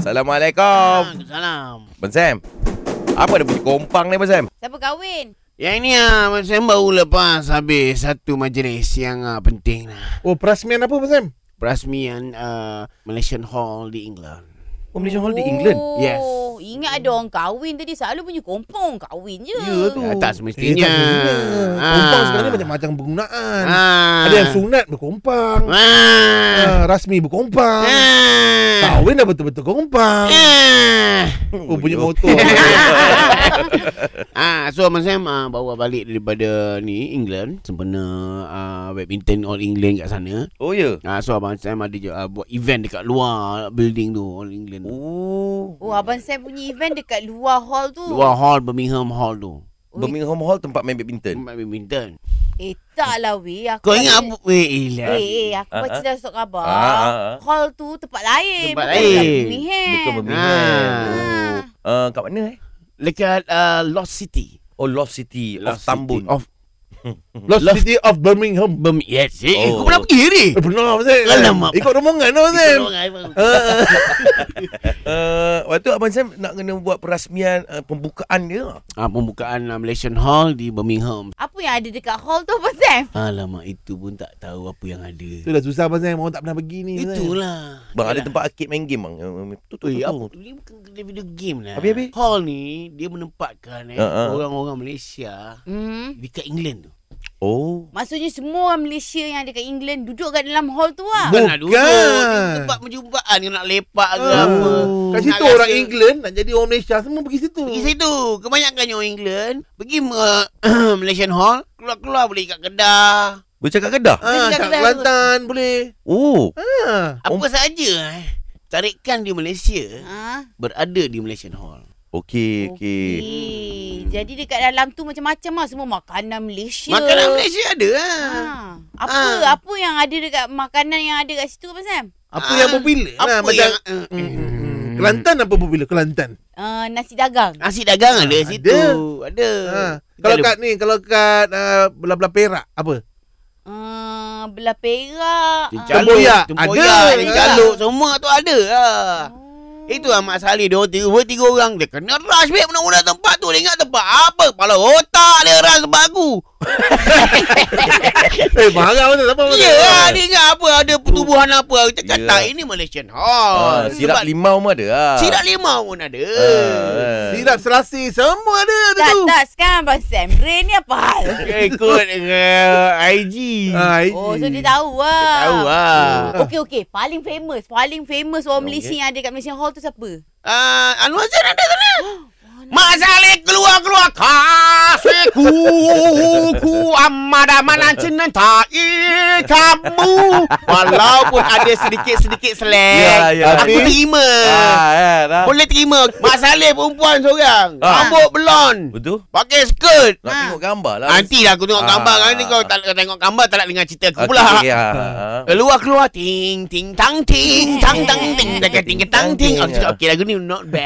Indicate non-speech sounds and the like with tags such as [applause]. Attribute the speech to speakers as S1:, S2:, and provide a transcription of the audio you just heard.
S1: Assalamualaikum.
S2: Salam.
S1: Ben Sam. Apa ada bunyi kompang ni Ben Sam?
S3: Siapa kahwin?
S2: Yang ni ah, Abang Sam baru lepas habis satu majlis yang ah, penting lah.
S4: Oh, perasmian apa, Abang Sam?
S2: Perasmian ah, Malaysian Hall di England.
S1: Oh, Malaysian Hall di England.
S2: Yes.
S3: Ingat ada orang kahwin tadi. Selalu punya kompong kahwin je.
S4: Ya tu.
S2: Ah, tak semestinya.
S4: Eh, tak semestinya.
S2: Ah.
S4: Kompang sekarang ni macam-macam penggunaan.
S2: Ah.
S4: Ada yang sunat berkompang.
S2: Ah.
S4: Ah, rasmi berkompang.
S2: Ah.
S4: Kahwin dah betul-betul kompang.
S2: Ah.
S4: Oh, punya
S2: [laughs]
S4: motor.
S2: ah, so Abang Sam ah, bawa balik daripada ni England sempena ah, badminton All England kat sana.
S1: Oh ya.
S2: Ah, so Abang Sam ada juga, ah, buat event dekat luar building tu All England. Tu.
S1: Oh.
S3: Oh, Abang Sam punya event dekat luar hall tu.
S2: Luar hall Birmingham Hall tu.
S3: Ui.
S1: Birmingham Hall tempat main badminton.
S2: Tempat badminton.
S3: Eh, tak lah weh. Aku
S2: Kau ingat
S3: baca-
S2: apa? Eh, ilah.
S3: Eh, eh, aku
S1: Ah,
S3: baca
S1: ah.
S3: dah surat khabar.
S1: Ah, ah, ah.
S3: Hall tu tempat eh. lain.
S2: Tempat
S3: bukan dekat
S2: lain.
S3: Birmingham.
S1: Bukan Birmingham.
S2: Ah.
S1: Oh. Uh, kat mana eh?
S2: Dekat ah, Lost City.
S1: Oh, Lost City
S2: Lost
S1: of Tambun.
S2: City. Of
S4: Lost City of Birmingham.
S2: Birmingham. Yes.
S1: Oh.
S2: Eh, oh. kau pernah pergi ni?
S4: Eh, benar, Abang Sam.
S2: Alamak.
S4: Ikut rombongan, Abang Sam.
S2: [laughs] Ah.
S1: Uh, waktu Abang Sam nak kena buat perasmian uh, pembukaan dia.
S2: Ah, pembukaan ah, Malaysian Hall di Birmingham.
S3: Apa yang ada dekat hall tu, Abang Sam?
S2: Alamak, itu pun tak tahu apa yang ada.
S4: Itu dah susah, Abang Sam. Orang tak pernah pergi ni. Abang Sam.
S2: Itulah.
S1: Bang, ada
S2: Yalah.
S1: tempat arcade main game bang. Uh, Tu tu tu.
S2: Oi,
S1: tu.
S2: apa tu? Dia bukan kedai video game lah.
S1: Habis, habis?
S2: Hall ni, dia menempatkan eh,
S1: Ha, ha.
S2: orang-orang Malaysia
S3: Hmm.
S2: dekat England tu.
S1: Oh.
S3: Maksudnya semua orang Malaysia yang ada kat England duduk kat dalam hall tu lah.
S2: Bukan. Nak duduk,
S4: Bukan.
S2: dia tempat perjumpaan ke nak lepak ke
S4: Ah.
S2: apa.
S4: Kat situ
S2: Nak
S4: orang
S2: rasa-
S4: England nak jadi orang Malaysia semua pergi situ.
S2: Pergi situ. Kebanyakan orang England pergi uh, [coughs] Malaysian Hall, keluar-keluar boleh kat Kedah.
S1: Boleh cakap Kedah?
S4: Ah,
S2: Tinggal
S4: kat
S2: kedai
S4: Kelantan boleh.
S1: Oh.
S4: Ah.
S2: Apa saja eh. Tarikan di Malaysia
S3: Ha?
S2: berada di Malaysian Hall.
S1: Okey, okey.
S3: Okey. eh. Jadi dekat dalam tu macam-macam lah semua makanan Malaysia.
S2: Makanan Malaysia ada lah.
S3: Ha. Apa
S2: Ah.
S3: apa yang ada dekat makanan yang ada kat situ Abang Sam?
S4: Apa
S2: Ah,
S4: yang popular?
S2: Apa
S4: lah, macam
S2: yang... Uh,
S4: Hmm, hmm, hmm. Kelantan apa popular? Kelantan.
S3: Uh, nasi dagang.
S2: Nasi dagang ada
S4: Ah,
S2: situ. Ada.
S4: Ah. Kalau kat ni, kalau kat uh, belah-belah Perak apa?
S3: Uh, belah perak.
S4: Cincang.
S3: Ah.
S4: Tempoyak.
S2: Ada.
S4: Ada.
S2: Caluk. Semua tu ada lah.
S3: Oh.
S2: Itu lah Mak Salih Dia orang tiga, dua, tiga orang Dia kena rush Beb Mula-mula tempat tu Dia ingat tempat apa Kepala otak dia rush tempat aku
S4: eh, marah betul apa betul.
S2: Ya lah Dia ingat apa Ada pertubuhan apa Aku cakap
S1: Ya.
S2: tak Ini Malaysian
S1: Ah,
S2: Hall
S1: sirap
S2: Sebab
S1: limau pun ada. ah.
S2: Sirap lima pun ada
S1: Ah.
S4: Sirap selasi semua ada ada
S3: Tak,
S4: tu.
S3: tak. Sekarang Abang Sam. Ray ni apa hal?
S2: Dia Ikut dengan IG
S4: Ah, IG.
S3: Oh, so dia tahu lah.
S2: Dia Tahu lah
S3: Okey, okey. Paling famous. Paling famous orang Malaysia yang ada kat Malaysia Hall tu siapa?
S2: Ah, Anwar Zain ada sana Mak Salih keluar-keluar Kasihku Ku amada mana cintai kamu Walaupun ada sedikit-sedikit
S1: Ya,
S2: selek
S1: ya.
S2: Aku
S1: Tapi-
S2: terima
S1: Ah, kan, ah.
S2: Boleh terima Mak Saleh perempuan seorang
S1: Ah.
S2: Rambut blonde
S1: Betul?
S2: Pakai skirt
S1: Nak
S3: Ah.
S1: tengok gambar lah.
S2: Nanti lah aku tengok
S1: Ah.
S2: gambar kan ni Kau tak kau tengok gambar Tak nak dengar cerita aku
S1: Okey,
S2: pula
S1: okey, ah, ah.
S2: Keluar-keluar Ting ting tang ting Tang tang ting Tang ting tang ting Aku cakap okay lagu ni not bad